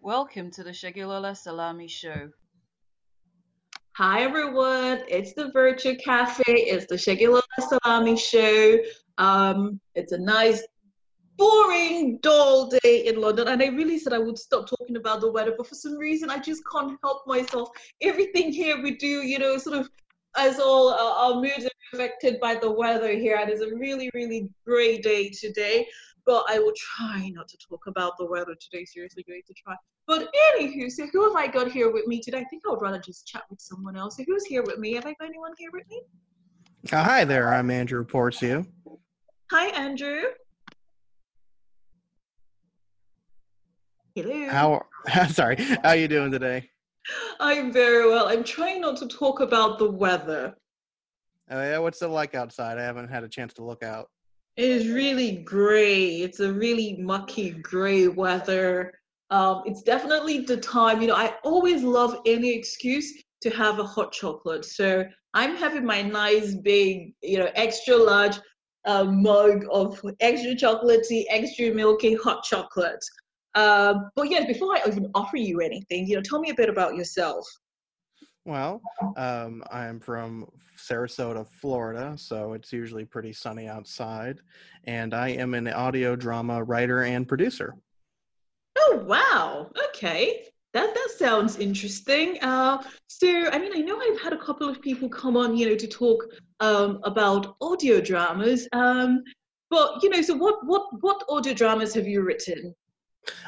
Welcome to the Shagulala Salami Show. Hi everyone, it's the Virtue Cafe. It's the Shagulala Salami Show. Um, it's a nice, boring, dull day in London, and I really said I would stop talking about the weather, but for some reason I just can't help myself. Everything here we do, you know, sort of as all uh, our moods are affected by the weather here, and it's a really, really grey day today. But I will try not to talk about the weather today. Seriously, going to try. But anywho, so who have I got here with me today? I think I would rather just chat with someone else. So who's here with me? Have I got anyone here with me? Uh, hi there, I'm Andrew Porcio. Hi, Andrew. Hello. How sorry, how you doing today? I'm very well. I'm trying not to talk about the weather. Uh, yeah, what's it like outside? I haven't had a chance to look out. It is really grey. It's a really mucky grey weather. Um, it's definitely the time, you know, I always love any excuse to have a hot chocolate. So I'm having my nice big, you know, extra large uh, mug of extra chocolatey, extra milky hot chocolate. Um, but yeah, before I even offer you anything, you know, tell me a bit about yourself. Well, um, I'm from Sarasota, Florida, so it's usually pretty sunny outside. And I am an audio drama writer and producer. Oh wow! Okay, that that sounds interesting. Uh, so, I mean, I know I've had a couple of people come on, you know, to talk um, about audio dramas. Um, but you know, so what what what audio dramas have you written?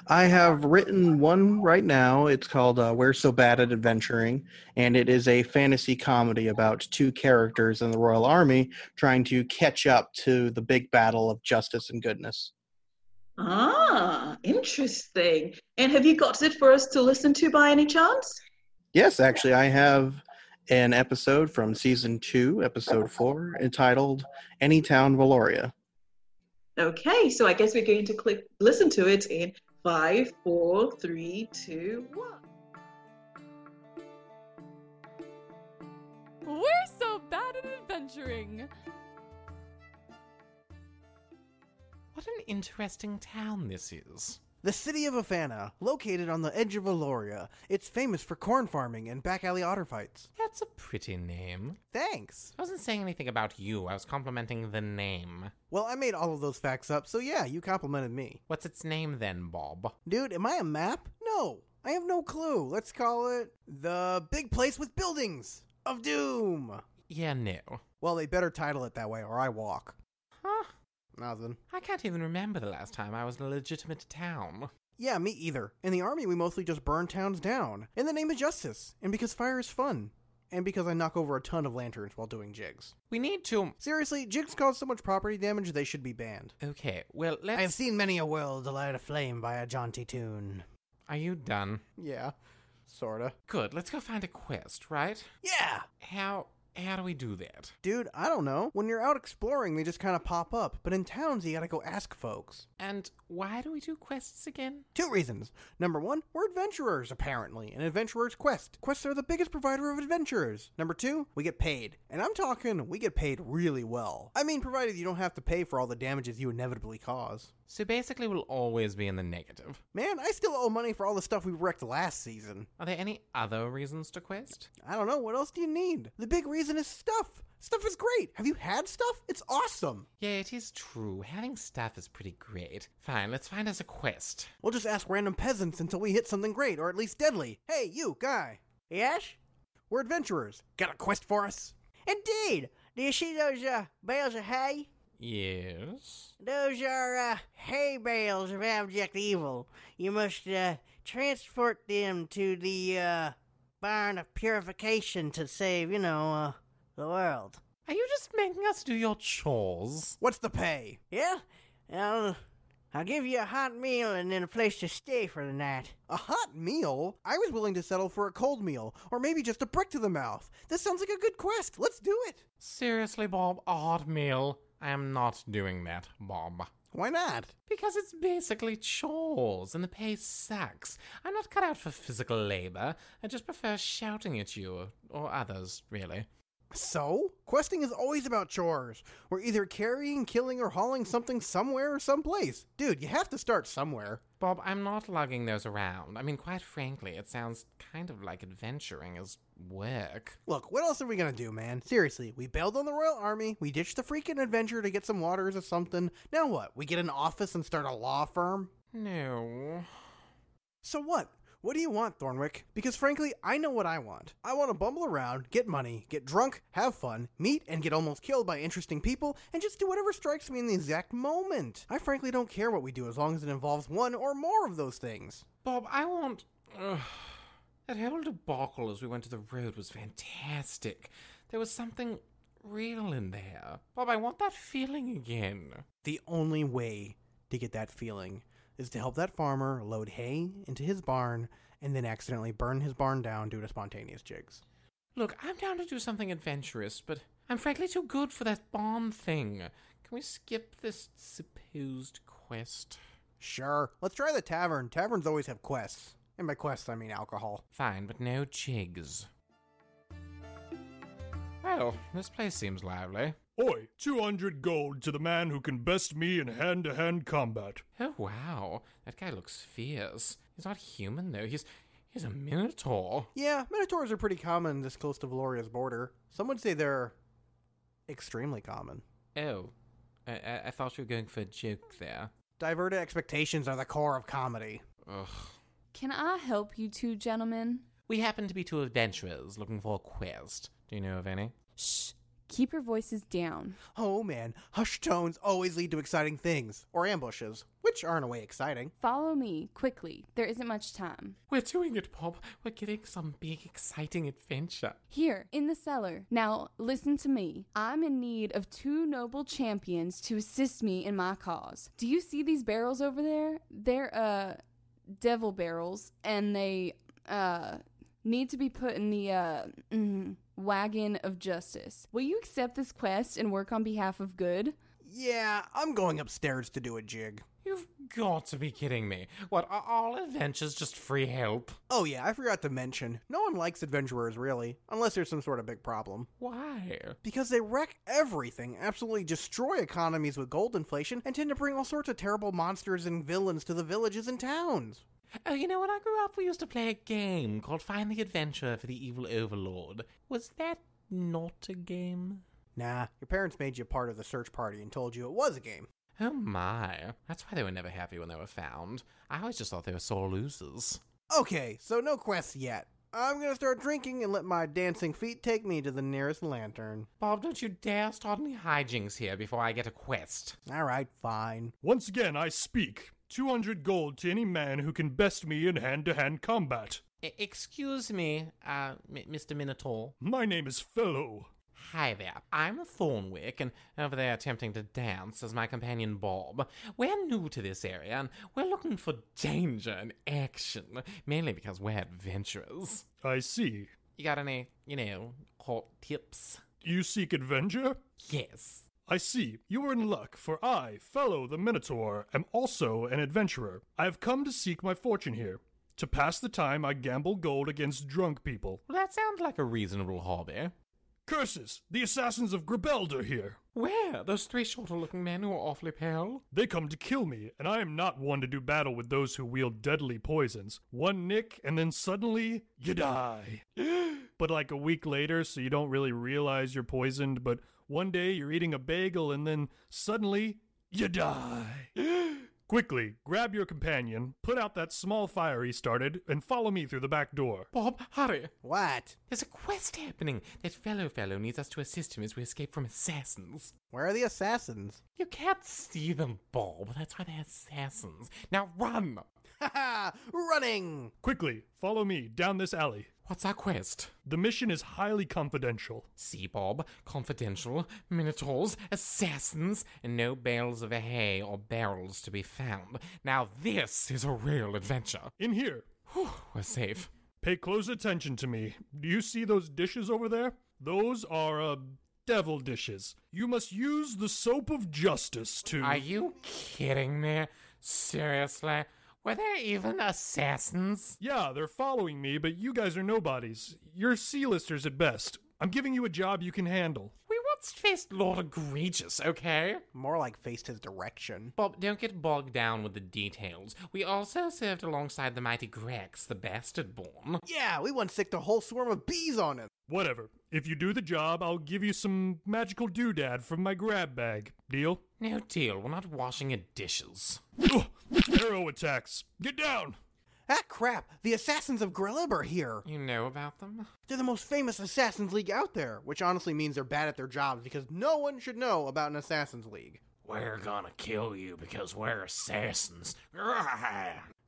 I have written one right now. It's called uh, We're So Bad at Adventuring, and it is a fantasy comedy about two characters in the Royal Army trying to catch up to the big battle of justice and goodness. Ah, interesting. And have you got it for us to listen to by any chance? Yes, actually, I have an episode from season two, episode four, entitled Any Town Valoria. Okay, so I guess we're going to click listen to it in five, four, three, two, one. We're so bad at adventuring. What an interesting town this is. The city of Afana, located on the edge of Valoria, it's famous for corn farming and back alley otter fights. That's a pretty name. Thanks. I wasn't saying anything about you, I was complimenting the name. Well, I made all of those facts up, so yeah, you complimented me. What's its name then, Bob? Dude, am I a map? No, I have no clue. Let's call it the big place with buildings of doom. Yeah, no. Well, they better title it that way, or I walk. Huh? Nothing. I can't even remember the last time I was in a legitimate town. Yeah, me either. In the army, we mostly just burn towns down in the name of justice, and because fire is fun, and because I knock over a ton of lanterns while doing jigs. We need to. Seriously, jigs cause so much property damage they should be banned. Okay, well, let's. I have seen many a world light aflame by a jaunty tune. Are you done? Yeah, sorta. Good. Let's go find a quest, right? Yeah! How. How do we do that? Dude, I don't know. When you're out exploring, they just kind of pop up, but in towns, you gotta go ask folks. And why do we do quests again? Two reasons. Number one, we're adventurers, apparently, and adventurers quest. Quests are the biggest provider of adventurers. Number two, we get paid. And I'm talking, we get paid really well. I mean, provided you don't have to pay for all the damages you inevitably cause. So basically, we'll always be in the negative. Man, I still owe money for all the stuff we wrecked last season. Are there any other reasons to quest? I don't know, what else do you need? The big reason is stuff. Stuff is great. Have you had stuff? It's awesome. Yeah, it is true. Having stuff is pretty great. Fine, let's find us a quest. We'll just ask random peasants until we hit something great, or at least deadly. Hey, you, guy. Yes? We're adventurers. Got a quest for us? Indeed. Do you see those uh, bales of hay? Yes. Those are uh, hay bales of abject evil. You must uh, transport them to the uh, barn of purification to save, you know, uh, the world. Are you just making us do your chores? What's the pay? Yeah? I'll, I'll give you a hot meal and then a place to stay for the night. A hot meal? I was willing to settle for a cold meal, or maybe just a brick to the mouth. This sounds like a good quest. Let's do it. Seriously, Bob, a hot meal? I am not doing that, Bob. Why not? Because it's basically chores, and the pay sucks. I'm not cut out for physical labor. I just prefer shouting at you, or others, really. So? Questing is always about chores. We're either carrying, killing, or hauling something somewhere or someplace. Dude, you have to start somewhere. Bob, I'm not lugging those around. I mean, quite frankly, it sounds kind of like adventuring as work. Look, what else are we gonna do, man? Seriously, we bailed on the Royal Army, we ditched the freaking adventure to get some waters or something. Now what? We get an office and start a law firm? No. So what? What do you want, Thornwick? Because frankly, I know what I want. I want to bumble around, get money, get drunk, have fun, meet and get almost killed by interesting people, and just do whatever strikes me in the exact moment. I frankly don't care what we do as long as it involves one or more of those things. Bob, I want. Ugh. That whole debacle as we went to the road was fantastic. There was something real in there. Bob, I want that feeling again. The only way to get that feeling is to help that farmer load hay into his barn and then accidentally burn his barn down due to spontaneous jigs. Look, I'm down to do something adventurous, but I'm frankly too good for that barn thing. Can we skip this supposed quest? Sure, let's try the tavern. Taverns always have quests. And by quests, I mean alcohol. Fine, but no jigs. Well, this place seems lively. Oi, 200 gold to the man who can best me in hand to hand combat. Oh wow, that guy looks fierce. He's not human though. He's he's a minotaur. Yeah, minotaurs are pretty common this close to Valoria's border. Some would say they're extremely common. Oh, I, I, I thought you were going for a joke there. Diverted expectations are the core of comedy. Ugh. Can I help you two gentlemen? We happen to be two adventurers looking for a quest. Do you know of any? Shh. Keep your voices down. Oh man, hushed tones always lead to exciting things, or ambushes, which are in a way exciting. Follow me quickly. There isn't much time. We're doing it, Bob. We're getting some big, exciting adventure. Here, in the cellar. Now, listen to me. I'm in need of two noble champions to assist me in my cause. Do you see these barrels over there? They're, uh, devil barrels, and they, uh, need to be put in the, uh, mm, wagon of justice. Will you accept this quest and work on behalf of good? Yeah, I'm going upstairs to do a jig. You've got to be kidding me. What, are all adventures just free help? Oh yeah, I forgot to mention, no one likes adventurers really, unless there's some sort of big problem. Why? Because they wreck everything, absolutely destroy economies with gold inflation, and tend to bring all sorts of terrible monsters and villains to the villages and towns. Oh, you know, when I grew up, we used to play a game called Find the Adventure for the Evil Overlord. Was that not a game? Nah, your parents made you part of the search party and told you it was a game. Oh my. That's why they were never happy when they were found. I always just thought they were sore losers. Okay, so no quests yet. I'm gonna start drinking and let my dancing feet take me to the nearest lantern. Bob, don't you dare start any hijinks here before I get a quest. Alright, fine. Once again, I speak 200 gold to any man who can best me in hand to hand combat. E- excuse me, uh, M- Mr. Minotaur. My name is Fellow. Hi there, I'm Thornwick, and over there attempting to dance is my companion Bob. We're new to this area, and we're looking for danger and action, mainly because we're adventurers. I see. You got any, you know, hot tips? You seek adventure? Yes. I see. You are in luck, for I, Fellow the Minotaur, am also an adventurer. I have come to seek my fortune here. To pass the time, I gamble gold against drunk people. Well, that sounds like a reasonable hobby. Curses! The assassins of Gribeld are here. Where? Those three shorter looking men who are awfully pale? They come to kill me, and I am not one to do battle with those who wield deadly poisons. One nick, and then suddenly, you die. but like a week later, so you don't really realize you're poisoned, but one day you're eating a bagel, and then suddenly, you die. Quickly, grab your companion, put out that small fire he started, and follow me through the back door. Bob, hurry! What? There's a quest happening! That fellow fellow needs us to assist him as we escape from assassins. Where are the assassins? You can't see them, Bob. That's why they're assassins. Now run! Ha ha! Running! Quickly, follow me down this alley. What's our quest? The mission is highly confidential. See, Bob, confidential, minotaurs, assassins, and no bales of hay or barrels to be found. Now this is a real adventure. In here, Whew, we're safe. pay close attention to me. Do you see those dishes over there? Those are, uh, devil dishes. You must use the soap of justice to. Are you kidding me? Seriously? Were there even assassins? Yeah, they're following me, but you guys are nobodies. You're C-listers at best. I'm giving you a job you can handle. We want Let's face Lord Egregious, okay? More like faced his direction. Bob, don't get bogged down with the details. We also served alongside the mighty Grex, the bastard born. Yeah, we once sicked a whole swarm of bees on him. Whatever. If you do the job, I'll give you some magical doodad from my grab bag. Deal? No deal, we're not washing your dishes. Ugh, Arrow attacks. Get down! Ah, crap! The assassins of Grelib are here. You know about them? They're the most famous Assassin's League out there, which honestly means they're bad at their jobs because no one should know about an Assassin's League. We're gonna kill you because we're assassins.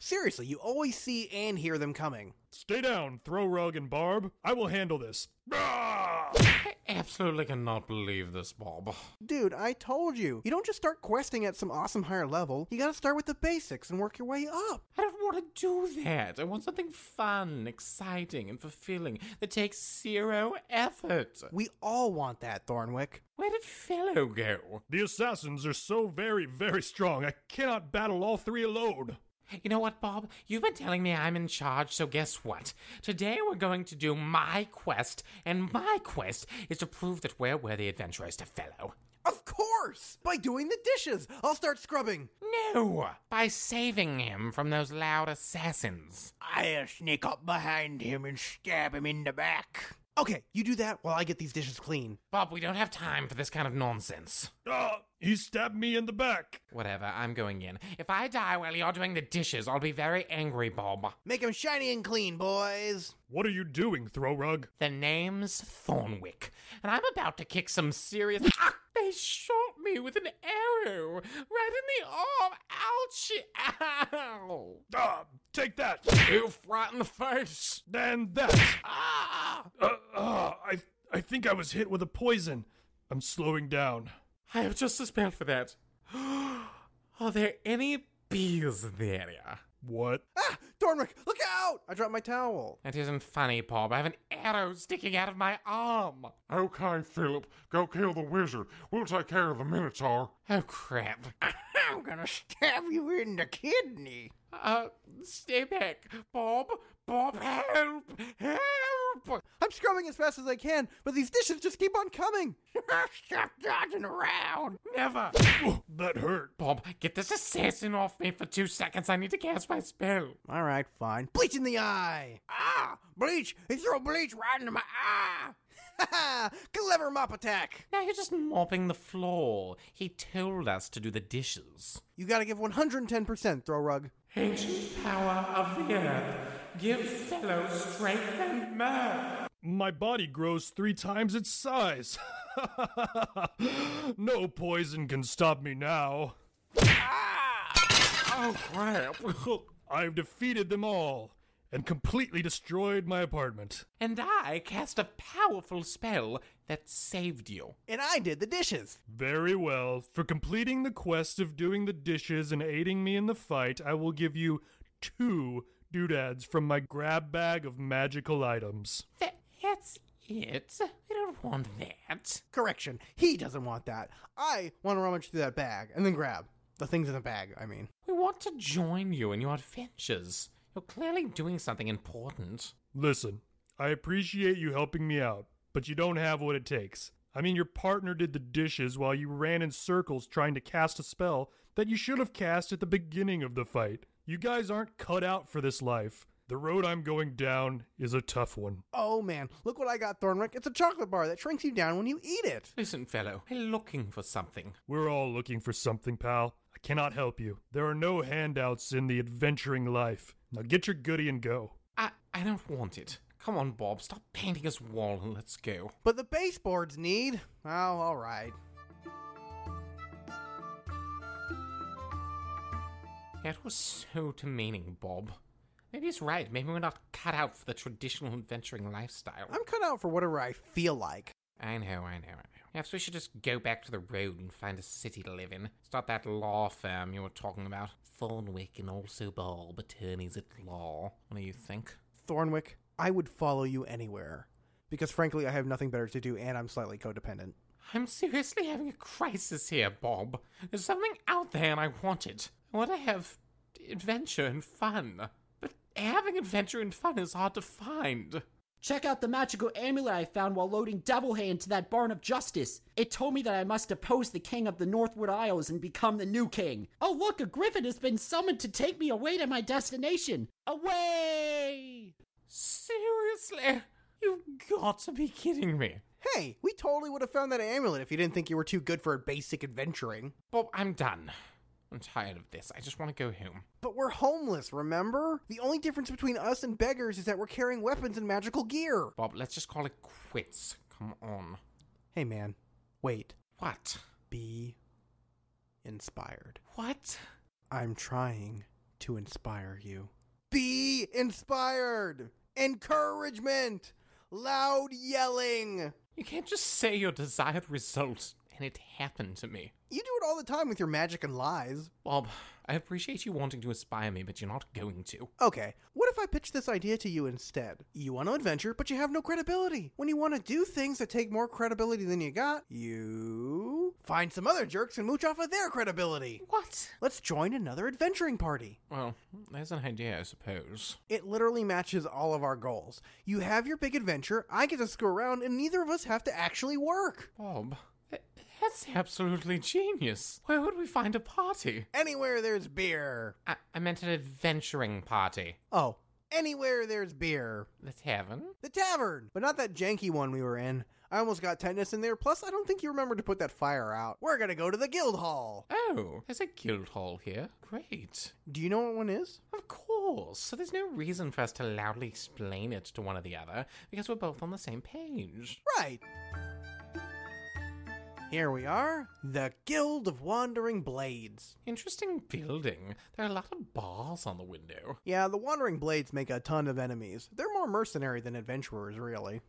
Seriously, you always see and hear them coming. Stay down, throw rug and barb. I will handle this. Ah! I absolutely cannot believe this, Bob. Dude, I told you. You don't just start questing at some awesome higher level. You gotta start with the basics and work your way up. I don't want to do that. I want something fun, exciting, and fulfilling that takes zero effort. We all want that, Thornwick. Where did Fellow go? The assassins are so very, very strong. I cannot battle all three alone. You know what, Bob? You've been telling me I'm in charge, so guess what? Today we're going to do my quest, and my quest is to prove that we're worthy adventurers to Fellow. Of course! By doing the dishes! I'll start scrubbing! No! By saving him from those loud assassins. I'll sneak up behind him and stab him in the back. Okay, you do that while I get these dishes clean. Bob, we don't have time for this kind of nonsense. Ah, he stabbed me in the back. Whatever, I'm going in. If I die while you're doing the dishes, I'll be very angry, Bob. Make 'em shiny and clean, boys! What are you doing, throw rug? The name's Thornwick, and I'm about to kick some serious. Ah! They shot me with an arrow right in the arm. Ouch! Ow! Ah, take that. Oof! Right in the face. Then that. Ah! Uh, uh, I I think I was hit with a poison. I'm slowing down. I have just as bad for that. Are there any bees there? What? Ah! Thornwick, look out! I dropped my towel. That isn't funny, Bob. I have an arrow sticking out of my arm. Okay, Philip, go kill the wizard. We'll take care of the Minotaur. Oh, crap. I'm gonna stab you in the kidney. Uh, stay back. Bob, Bob, help! Help! I'm scrubbing as fast as I can, but these dishes just keep on coming! Stop dodging around. Never! Ugh, that hurt. Bob, get this assassin off me for two seconds. I need to cast my spell. Alright, fine. Bleach in the eye! Ah, bleach. He threw bleach right into my eye. Ha ha! Clever mop attack! Now you're just mopping the floor. He told us to do the dishes. You gotta give 110%, Throw Rug. Ancient power of the earth, give fellow strength and mirth. My body grows three times its size. no poison can stop me now. Oh crap! I've defeated them all and completely destroyed my apartment. and I cast a powerful spell that saved you. And I did the dishes! Very well. For completing the quest of doing the dishes and aiding me in the fight, I will give you two doodads from my grab bag of magical items. Th- that's it. We don't want that. Correction, he doesn't want that. I wanna rummage through that bag and then grab. The things in the bag, I mean. We want to join you in your adventures. You're clearly doing something important. Listen, I appreciate you helping me out, but you don't have what it takes. I mean, your partner did the dishes while you ran in circles trying to cast a spell that you should have cast at the beginning of the fight. You guys aren't cut out for this life. The road I'm going down is a tough one. Oh man, look what I got, Thornwick. It's a chocolate bar that shrinks you down when you eat it. Listen, fellow, we're looking for something. We're all looking for something, pal. I cannot help you. There are no handouts in the adventuring life. Now get your goody and go. I, I don't want it. Come on, Bob, stop painting his wall and let's go. But the baseboards need. Oh, alright. That was so demeaning, Bob. Maybe he's right. Maybe we're not cut out for the traditional adventuring lifestyle. I'm cut out for whatever I feel like. I know, I know, I know. Perhaps we should just go back to the road and find a city to live in. Start that law firm you were talking about. Thornwick and also Bob, attorneys at law. What do you think? Thornwick, I would follow you anywhere. Because frankly, I have nothing better to do and I'm slightly codependent. I'm seriously having a crisis here, Bob. There's something out there and I want it. I want to have adventure and fun. But having adventure and fun is hard to find. Check out the magical amulet I found while loading Devil Hand to that barn of justice. It told me that I must oppose the king of the Northwood Isles and become the new king. Oh, look, a griffin has been summoned to take me away to my destination. Away! Seriously? You've got to be kidding me. Hey, we totally would have found that amulet if you didn't think you were too good for basic adventuring. Bob, I'm done. I'm tired of this. I just want to go home. But we're homeless, remember? The only difference between us and beggars is that we're carrying weapons and magical gear. Bob, let's just call it quits. Come on. Hey, man. Wait. What? Be inspired. What? I'm trying to inspire you. Be inspired! Encouragement! Loud yelling! You can't just say your desired result and it happened to me. You do it all the time with your magic and lies. Bob, I appreciate you wanting to inspire me, but you're not going to. Okay, what if I pitch this idea to you instead? You want to adventure, but you have no credibility. When you want to do things that take more credibility than you got, you find some other jerks and mooch off of their credibility. What? Let's join another adventuring party. Well, there's an idea, I suppose. It literally matches all of our goals. You have your big adventure, I get to screw around, and neither of us have to actually work. Bob, th- Uh, that's absolutely genius. Where would we find a party? Anywhere there's beer. I, I meant an adventuring party. Oh, anywhere there's beer. The tavern? The tavern! But not that janky one we were in. I almost got tetanus in there, plus, I don't think you remember to put that fire out. We're gonna go to the guild hall! Oh, there's a guild hall here. Great. Do you know what one is? Of course. So there's no reason for us to loudly explain it to one or the other because we're both on the same page. Right! Here we are, the Guild of Wandering Blades. Interesting building. There are a lot of bars on the window. Yeah, the Wandering Blades make a ton of enemies. They're more mercenary than adventurers, really.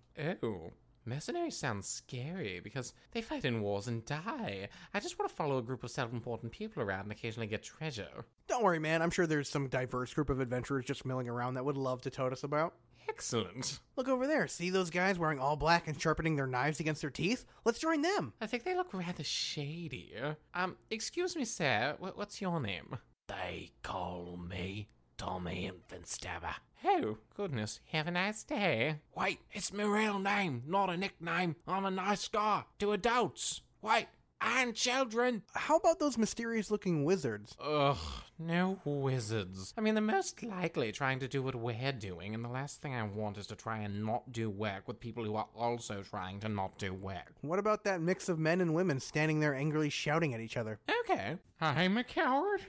Oh, mercenaries sounds scary because they fight in wars and die. I just want to follow a group of self important people around and occasionally get treasure. Don't worry, man, I'm sure there's some diverse group of adventurers just milling around that would love to tote us about. Excellent. Look over there. See those guys wearing all black and sharpening their knives against their teeth? Let's join them. I think they look rather shady. Um, excuse me, sir. Wh- what's your name? They call me Tommy Infant-Stabber. Oh, goodness. Have a nice day. Wait, it's my real name, not a nickname. I'm a nice guy to adults. Wait, and children. How about those mysterious looking wizards? Ugh, no wizards. I mean, they're most likely trying to do what we're doing, and the last thing I want is to try and not do work with people who are also trying to not do work. What about that mix of men and women standing there angrily shouting at each other? Okay, I'm a coward.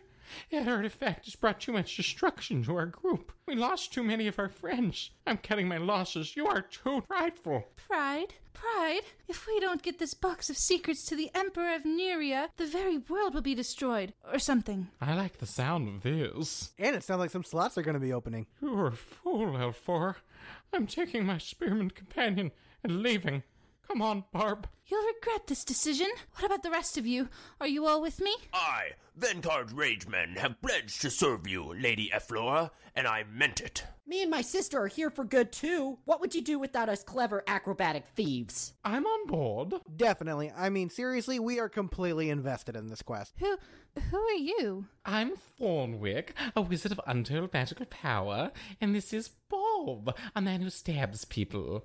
That artifact has brought too much destruction to our group. We lost too many of our friends. I'm cutting my losses. You are too prideful. Pride? Pride? If we don't get this box of secrets to the Emperor of Neria, the very world will be destroyed, or something. I like the sound of this. And it sounds like some slots are going to be opening. You're a fool, Elfor. I'm taking my spearman companion and leaving. Come on, Barb. You'll regret this decision. What about the rest of you? Are you all with me? I, Vanguard Ragemen, have pledged to serve you, Lady Efflora, and I meant it. Me and my sister are here for good too. What would you do without us clever acrobatic thieves? I'm on board. Definitely. I mean, seriously, we are completely invested in this quest. Who who are you? I'm Thornwick, a wizard of untold magical power, and this is Bob, a man who stabs people.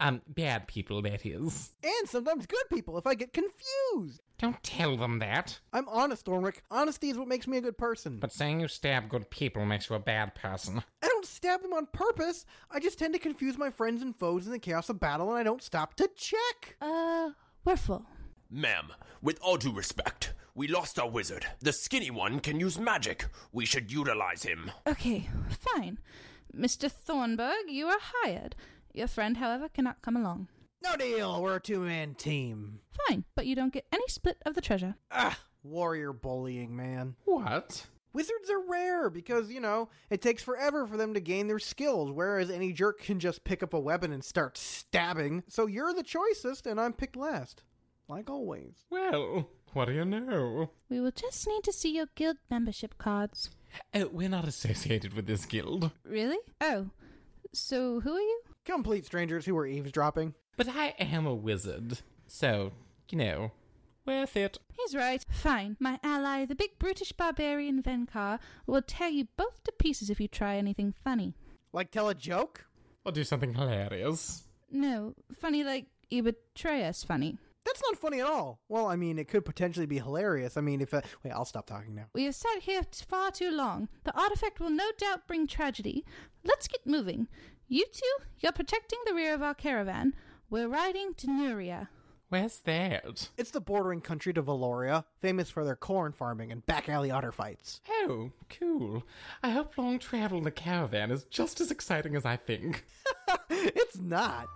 Um, bad people, that is. And sometimes good people if I get confused. Don't tell them that. I'm honest, Ormric. Honesty is what makes me a good person. But saying you stab good people makes you a bad person. I don't stab them on purpose. I just tend to confuse my friends and foes in the chaos of battle, and I don't stop to check. Uh, wherefore? Ma'am, with all due respect, we lost our wizard. The skinny one can use magic. We should utilize him. Okay, fine. Mr. Thornburg, you are hired. Your friend, however, cannot come along. No deal. We're a two-man team. Fine, but you don't get any split of the treasure. Ah, warrior bullying, man. What? Wizards are rare because, you know, it takes forever for them to gain their skills, whereas any jerk can just pick up a weapon and start stabbing. So you're the choicest, and I'm picked last. Like always. Well, what do you know? We will just need to see your guild membership cards. Uh, we're not associated with this guild. Really? Oh. So who are you? Complete strangers who are eavesdropping. But I am a wizard. So, you know, worth it. He's right. Fine. My ally, the big brutish barbarian Venkar, will tear you both to pieces if you try anything funny. Like tell a joke? Or do something hilarious. No, funny like you betray us funny. That's not funny at all. Well, I mean, it could potentially be hilarious. I mean, if uh, wait, I'll stop talking now. We have sat here t- far too long. The artifact will no doubt bring tragedy. Let's get moving. You two, you're protecting the rear of our caravan. We're riding to Nuria. Where's that? It's the bordering country to Valoria, famous for their corn farming and back alley otter fights. Oh, cool. I hope long travel in the caravan is just as exciting as I think. it's not.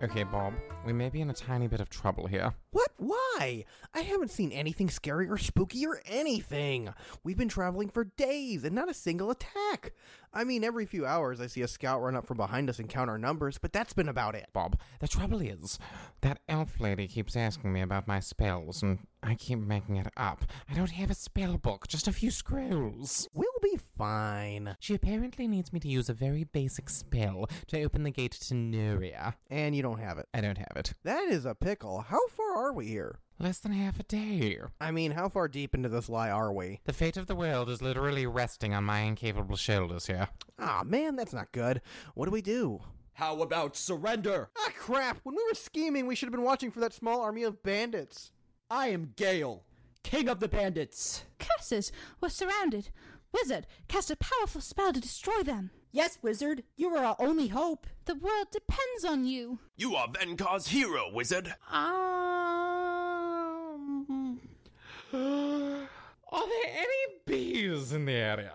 Okay, Bob, we may be in a tiny bit of trouble here. What? Why? I haven't seen anything scary or spooky or anything. We've been traveling for days and not a single attack. I mean, every few hours I see a scout run up from behind us and count our numbers, but that's been about it. Bob, the trouble is, that elf lady keeps asking me about my spells, and I keep making it up. I don't have a spell book, just a few scrolls. We'll be fine. She apparently needs me to use a very basic spell to open the gate to Nuria. And you don't have it. I don't have it. That is a pickle. How far are we here? Less than half a day. I mean, how far deep into this lie are we? The fate of the world is literally resting on my incapable shoulders here. Ah, man, that's not good. What do we do? How about surrender? Ah, crap! When we were scheming, we should have been watching for that small army of bandits. I am Gale, king of the bandits. Curses! We're surrounded. Wizard, cast a powerful spell to destroy them. Yes, wizard, you are our only hope. The world depends on you. You are Venkar's hero, wizard. Um. Are there any bees in the area?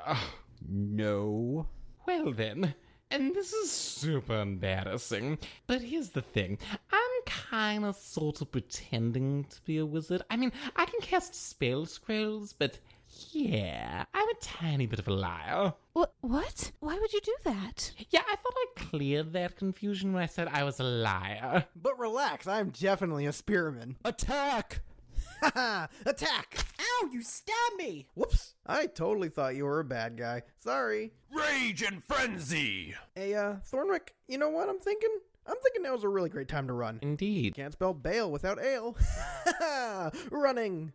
No. Well, then, and this is super embarrassing, but here's the thing I'm kind of sort of pretending to be a wizard. I mean, I can cast spell scrolls, but yeah, I'm a tiny bit of a liar. What? What? Why would you do that? Yeah, I thought I cleared that confusion when I said I was a liar. But relax, I'm definitely a spearman. Attack! Haha, attack! Ow, you stabbed me! Whoops, I totally thought you were a bad guy. Sorry. Rage and frenzy! Hey, uh, Thornwick, you know what I'm thinking? I'm thinking now's a really great time to run. Indeed. Can't spell bail without ale. Running!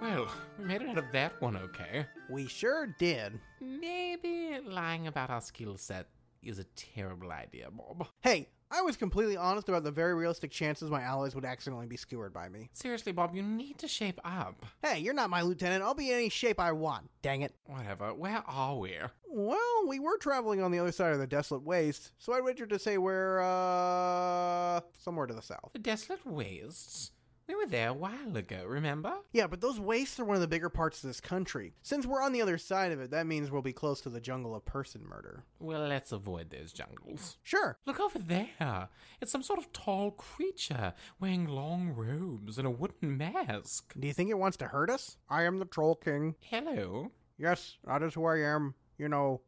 Well, we made it out of that one okay. We sure did. Maybe lying about our skill set is a terrible idea, Bob. Hey, I was completely honest about the very realistic chances my allies would accidentally be skewered by me. Seriously, Bob, you need to shape up. Hey, you're not my lieutenant. I'll be in any shape I want. Dang it. Whatever, where are we? Well, we were traveling on the other side of the desolate waste, so I'd venture to say we're, uh, somewhere to the south. The desolate wastes? We were there a while ago, remember? Yeah, but those wastes are one of the bigger parts of this country. Since we're on the other side of it, that means we'll be close to the jungle of person murder. Well, let's avoid those jungles. Sure. Look over there. It's some sort of tall creature wearing long robes and a wooden mask. Do you think it wants to hurt us? I am the Troll King. Hello. Yes, that is who I am. You know,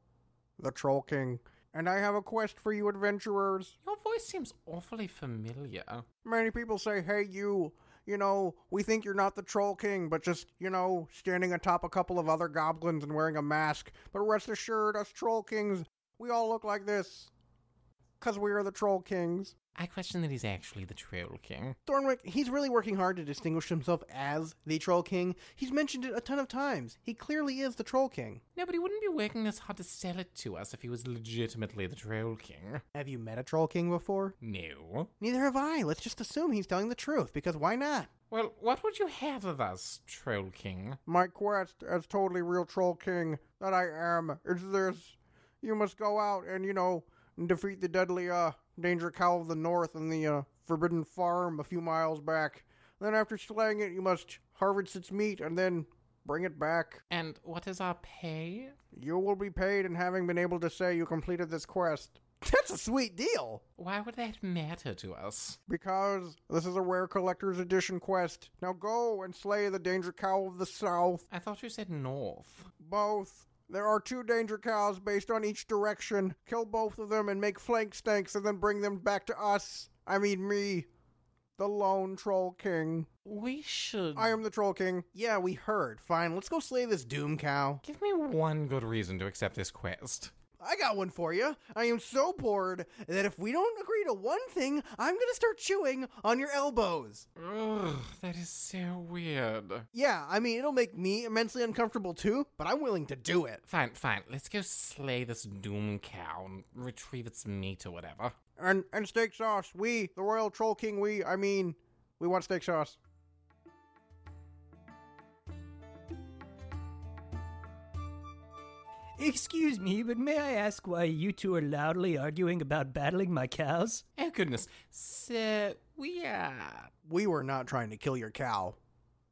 the Troll King. And I have a quest for you, adventurers. Your voice seems awfully familiar. Many people say, hey, you, you know, we think you're not the Troll King, but just, you know, standing atop a couple of other goblins and wearing a mask. But rest assured, us Troll Kings, we all look like this. Because we are the Troll Kings. I question that he's actually the Troll King. Thornwick, he's really working hard to distinguish himself as the Troll King. He's mentioned it a ton of times. He clearly is the Troll King. No, but he wouldn't be working this hard to sell it to us if he was legitimately the Troll King. Have you met a Troll King before? No. Neither have I. Let's just assume he's telling the truth, because why not? Well, what would you have of us, Troll King? My quest as totally real Troll King that I am is this. You must go out and, you know, defeat the deadly, uh, danger cow of the north and the, uh, forbidden farm a few miles back. Then after slaying it, you must harvest its meat and then bring it back. And what is our pay? You will be paid in having been able to say you completed this quest. That's a sweet deal! Why would that matter to us? Because this is a rare collector's edition quest. Now go and slay the danger cow of the south. I thought you said north. Both. There are two danger cows based on each direction. Kill both of them and make flank stanks and then bring them back to us. I mean, me. The lone troll king. We should. I am the troll king. Yeah, we heard. Fine, let's go slay this doom cow. Give me one good reason to accept this quest. I got one for you. I am so bored that if we don't agree to one thing, I'm going to start chewing on your elbows. Ugh, that is so weird. Yeah, I mean, it'll make me immensely uncomfortable too, but I'm willing to do it. Fine, fine. Let's go slay this doom cow and retrieve its meat or whatever. And, and steak sauce. We, the royal troll king, we, I mean, we want steak sauce. Excuse me, but may I ask why you two are loudly arguing about battling my cows? Oh, goodness. So, we uh, are. We were not trying to kill your cow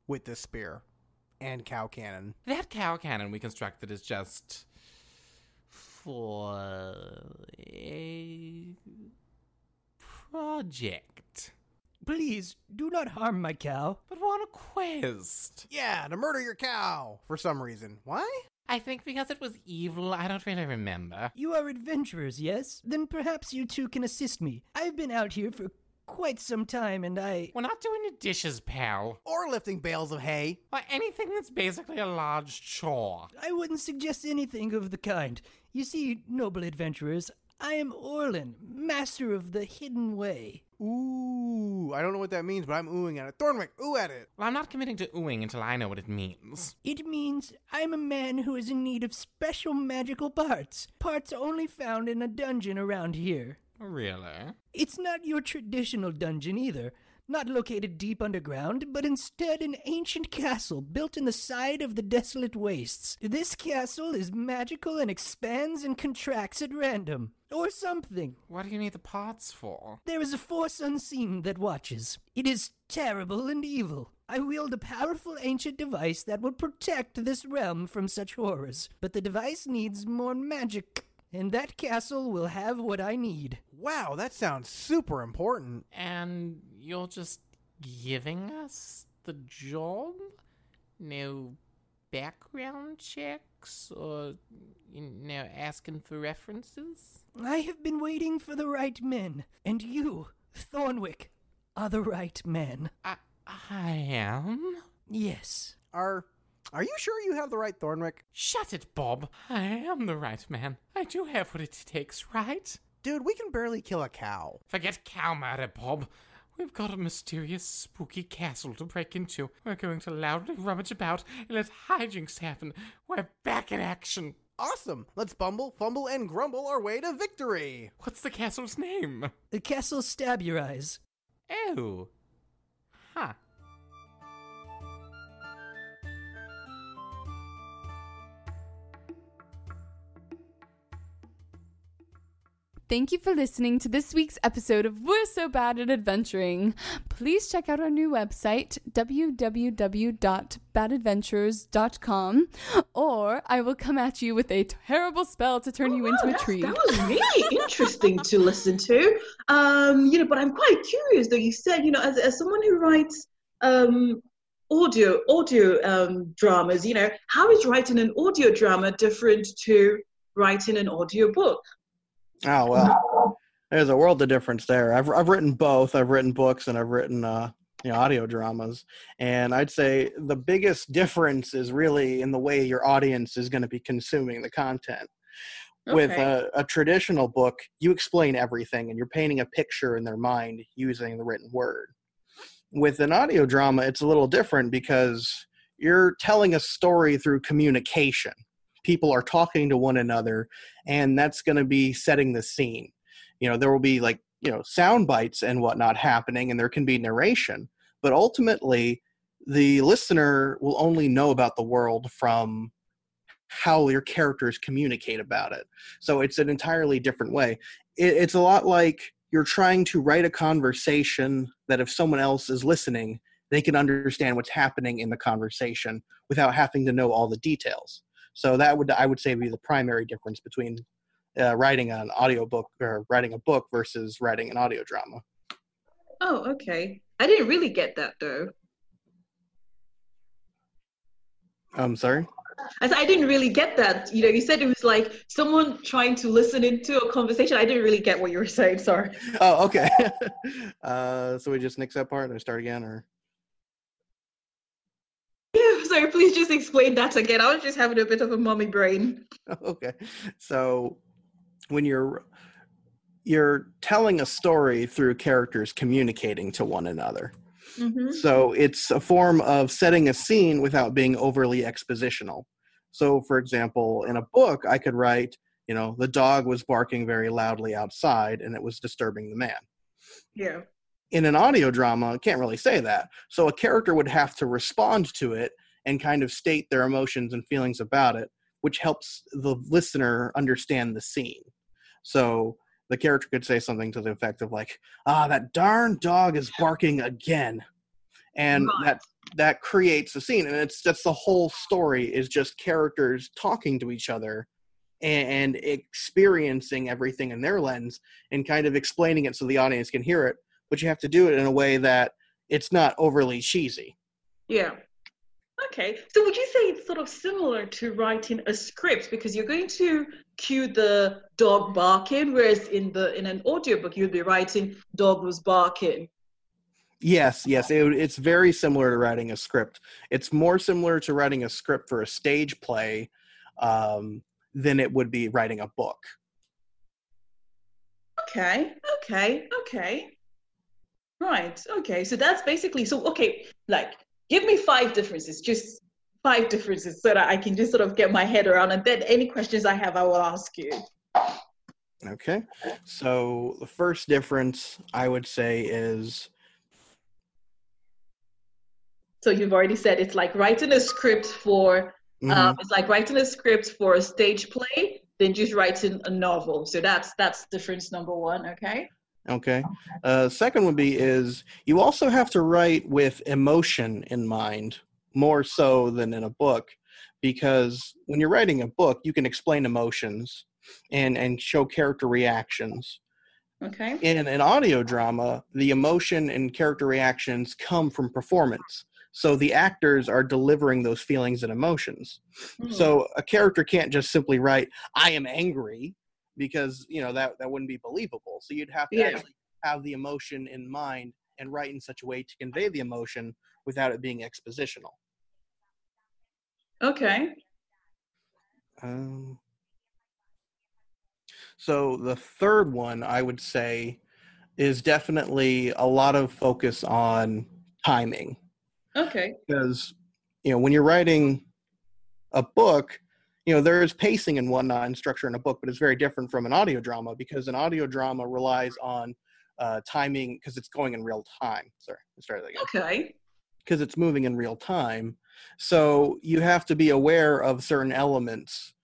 with this spear and cow cannon. That cow cannon we constructed is just. for. a. project. Please, do not harm my cow. But we're on a quest. Yeah, to murder your cow for some reason. Why? I think because it was evil, I don't really remember. You are adventurers, yes? Then perhaps you two can assist me. I've been out here for quite some time and I. We're not doing the dishes, pal. Or lifting bales of hay. Or anything that's basically a large chore. I wouldn't suggest anything of the kind. You see, noble adventurers, I am Orlin, master of the hidden way. Ooh, I don't know what that means, but I'm oohing at it. Thornwick, ooh at it. Well, I'm not committing to oohing until I know what it means. It means I'm a man who is in need of special magical parts. Parts only found in a dungeon around here. Really? It's not your traditional dungeon either. Not located deep underground, but instead an ancient castle built in the side of the desolate wastes. This castle is magical and expands and contracts at random. Or something. What do you need the parts for? There is a force unseen that watches. It is terrible and evil. I wield a powerful ancient device that will protect this realm from such horrors. But the device needs more magic. And that castle will have what I need. Wow, that sounds super important. And you're just giving us the job? No background checks or you know asking for references? I have been waiting for the right men, and you, Thornwick, are the right man. I, I am. Yes. Are are you sure you have the right Thornwick? Shut it, Bob. I am the right man. I do have what it takes, right? Dude, we can barely kill a cow. Forget cow murder, Bob. We've got a mysterious, spooky castle to break into. We're going to loudly rummage about and let hijinks happen. We're back in action. Awesome! Let's bumble, fumble, and grumble our way to victory! What's the castle's name? The castle Stab Your Eyes. Oh. Huh. Thank you for listening to this week's episode of We're So Bad at Adventuring. Please check out our new website, www.badadventures.com, or I will come at you with a terrible spell to turn you into a tree. Oh, That was really interesting to listen to. Um, you know, but I'm quite curious though. You said, you know, as, as someone who writes um, audio audio um, dramas, you know, how is writing an audio drama different to writing an audio book? Oh well, there's a world of difference there. I've I've written both. I've written books and I've written uh, you know audio dramas, and I'd say the biggest difference is really in the way your audience is going to be consuming the content. Okay. With a, a traditional book, you explain everything and you're painting a picture in their mind using the written word. With an audio drama, it's a little different because you're telling a story through communication people are talking to one another and that's going to be setting the scene you know there will be like you know sound bites and whatnot happening and there can be narration but ultimately the listener will only know about the world from how your characters communicate about it so it's an entirely different way it, it's a lot like you're trying to write a conversation that if someone else is listening they can understand what's happening in the conversation without having to know all the details so that would I would say be the primary difference between uh, writing an audiobook or writing a book versus writing an audio drama. Oh, okay. I didn't really get that though. I'm sorry. I, said I didn't really get that. You know, you said it was like someone trying to listen into a conversation. I didn't really get what you were saying. Sorry. Oh, okay. uh, so we just nix that part and we start again, or Yeah, sorry, please just explain that again. I was just having a bit of a mummy brain. okay. So when you're you're telling a story through characters communicating to one another. Mm-hmm. Mhm. So it's a form of setting a scene without being overly expositional. So, for example, in a book, I could write, you know, the dog was barking very loudly outside and it was disturbing the man. Yeah. In an audio drama, I can't really say that. So a character would have to respond to it and kind of state their emotions and feelings about it, which helps the listener understand the scene. So the character could say something to the effect of like, "Ah, that darn dog is barking again," and that that creates a scene, and it's that's the whole story is just characters talking to each other and, and experiencing everything in their lens and kind of explaining it so the audience can hear it. But you have to do it in a way that it's not overly cheesy. Yeah. Okay. So would you say it's sort of similar to writing a script because you're going to cue the dog barking, whereas in the in an audiobook you'd be writing dog was barking. Yes, yes, it, it's very similar to writing a script. It's more similar to writing a script for a stage play um, than it would be writing a book. Okay, okay, okay. Right, okay. So that's basically so okay, like give me five differences, just five differences so that I can just sort of get my head around and then any questions I have I will ask you. Okay. So the first difference I would say is So you've already said it's like writing a script for Mm-hmm. um, Mhm. it's like writing a script for a stage play than just writing a novel. So that's that's difference number one. Okay. okay. Uh, second would be is you also have to write with emotion in mind more so than in a book because when you're writing a book you can explain emotions and and show character reactions Okay. in an audio drama, the emotion and character reactions come from performance. So the actors are delivering those feelings and emotions. So a character can't just simply write, I am angry, because you know that, that wouldn't be believable. So you'd have to Yeah. actually have the emotion in mind and write in such a way to convey the emotion without it being expositional. Okay. Um, so the third one I would say is definitely a lot of focus on timing Okay. because you know when you're writing a book you know there is pacing and whatnot and structure in a book but it's very different from an audio drama because an audio drama relies on uh, timing because it's going in real time sorry let's start that again Okay. because it's moving in real time. So you have to be aware of certain elements.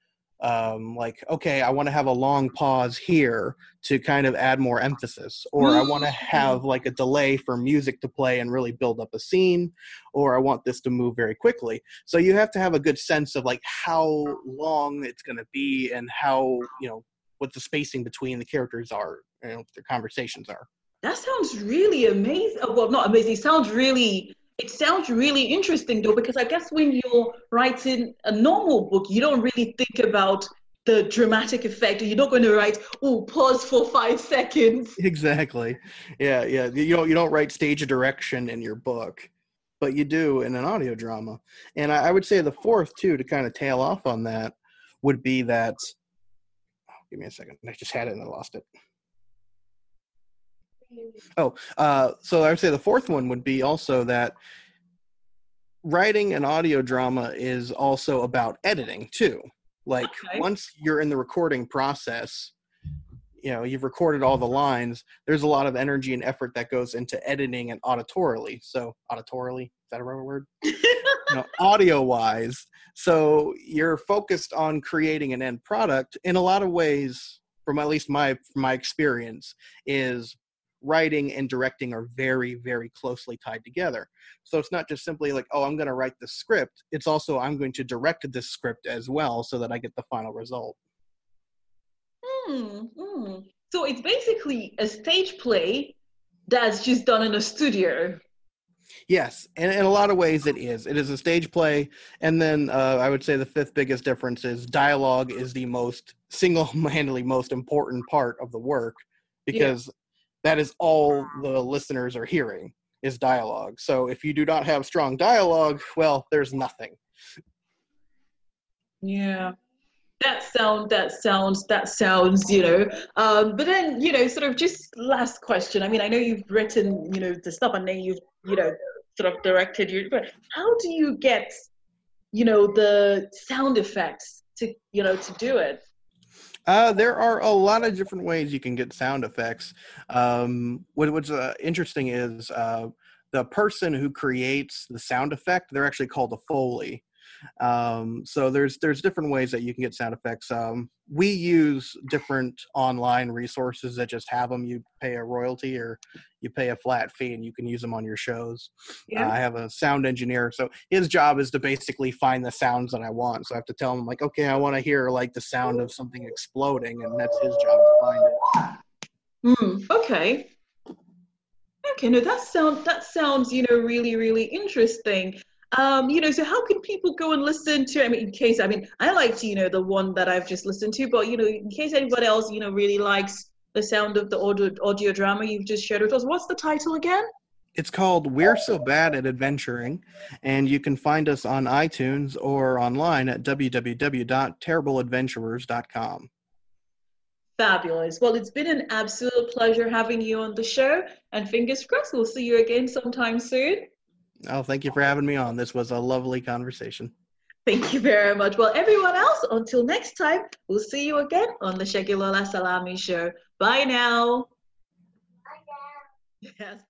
Um, like, okay, I want to have a long pause here to kind of add more emphasis, or I want to have like a delay for music to play and really build up a scene, or I want this to move very quickly. So you have to have a good sense of like how long it's going to be and how, you know, what the spacing between the characters are, you know, their conversations are. That sounds really amazing. oh, Well, not amazing. It sounds really. It sounds really interesting though, because I guess when you're writing a normal book, you don't really think about the dramatic effect. You're not going to write, oh, pause for five seconds. exactly yeah yeah you don't you don't write stage direction in your book but you do in an audio drama and i, I would say the fourth too to kind of tail off on that would be that oh, give me a second i just had it and i lost it oh uh, so i would say the fourth one would be also that writing an audio drama is also about editing too like once you're in the recording process you know you've recorded all the lines there's a lot of energy and effort that goes into editing and auditorily so auditorily is that a rubber word audio wise so you're focused on creating an end product in a lot of ways from at least my from my experience is writing and directing are very very closely tied together so it's not just simply like oh i'm going to write the script it's also i'm going to direct this script as well so that i get the final result Hmm. hmm. So it's basically a stage play that's just done in a studio. Yes, and in a lot of ways it is. It is a stage play, and then uh, I would say the fifth biggest difference is dialogue is the most single-handedly most important part of the work because that is all the listeners are hearing is dialogue. So if you do not have strong dialogue, well, there's nothing. Yeah. that sound, that sounds, that sounds, you know. Um, but then, you know, sort of just last question. I mean, I know you've written, you know, the stuff, and then you've, you know, sort of directed you. But how do you get, you know, the sound effects to, you know, to do it? Uh, there are a lot of different ways you can get sound effects. Um, what, what's uh, interesting is uh, the person who creates the sound effect, they're actually called a Foley. Um, so there's there's different ways that you can get sound effects. Um, we use different online resources that just have them. You pay a royalty or you pay a flat fee, and you can use them on your shows. Yeah. Uh, I have a sound engineer, so his job is to basically find the sounds that I want. So I have to tell him like, okay, I want to hear like the sound of something exploding, and that's his job to find it. Mm, okay. Okay, no, that sound that sounds, you know, really, really interesting. Um, you know, so how can people go and listen to? I mean, in case I mean, I liked, you know, the one that I've just listened to, but you know, in case anybody else, you know, really likes the sound of the audio audio drama you've just shared with us, what's the title again? It's called We're So Bad at Adventuring, and you can find us on iTunes or online at www.terribleadventurers.com. Fabulous. Well, it's been an absolute pleasure having you on the show, and fingers crossed we'll see you again sometime soon. Oh, thank you for having me on. This was a lovely conversation. Thank you very much. Well, everyone else, until next time, we'll see you again on the Shegilola Salami Show. Bye now. Yes.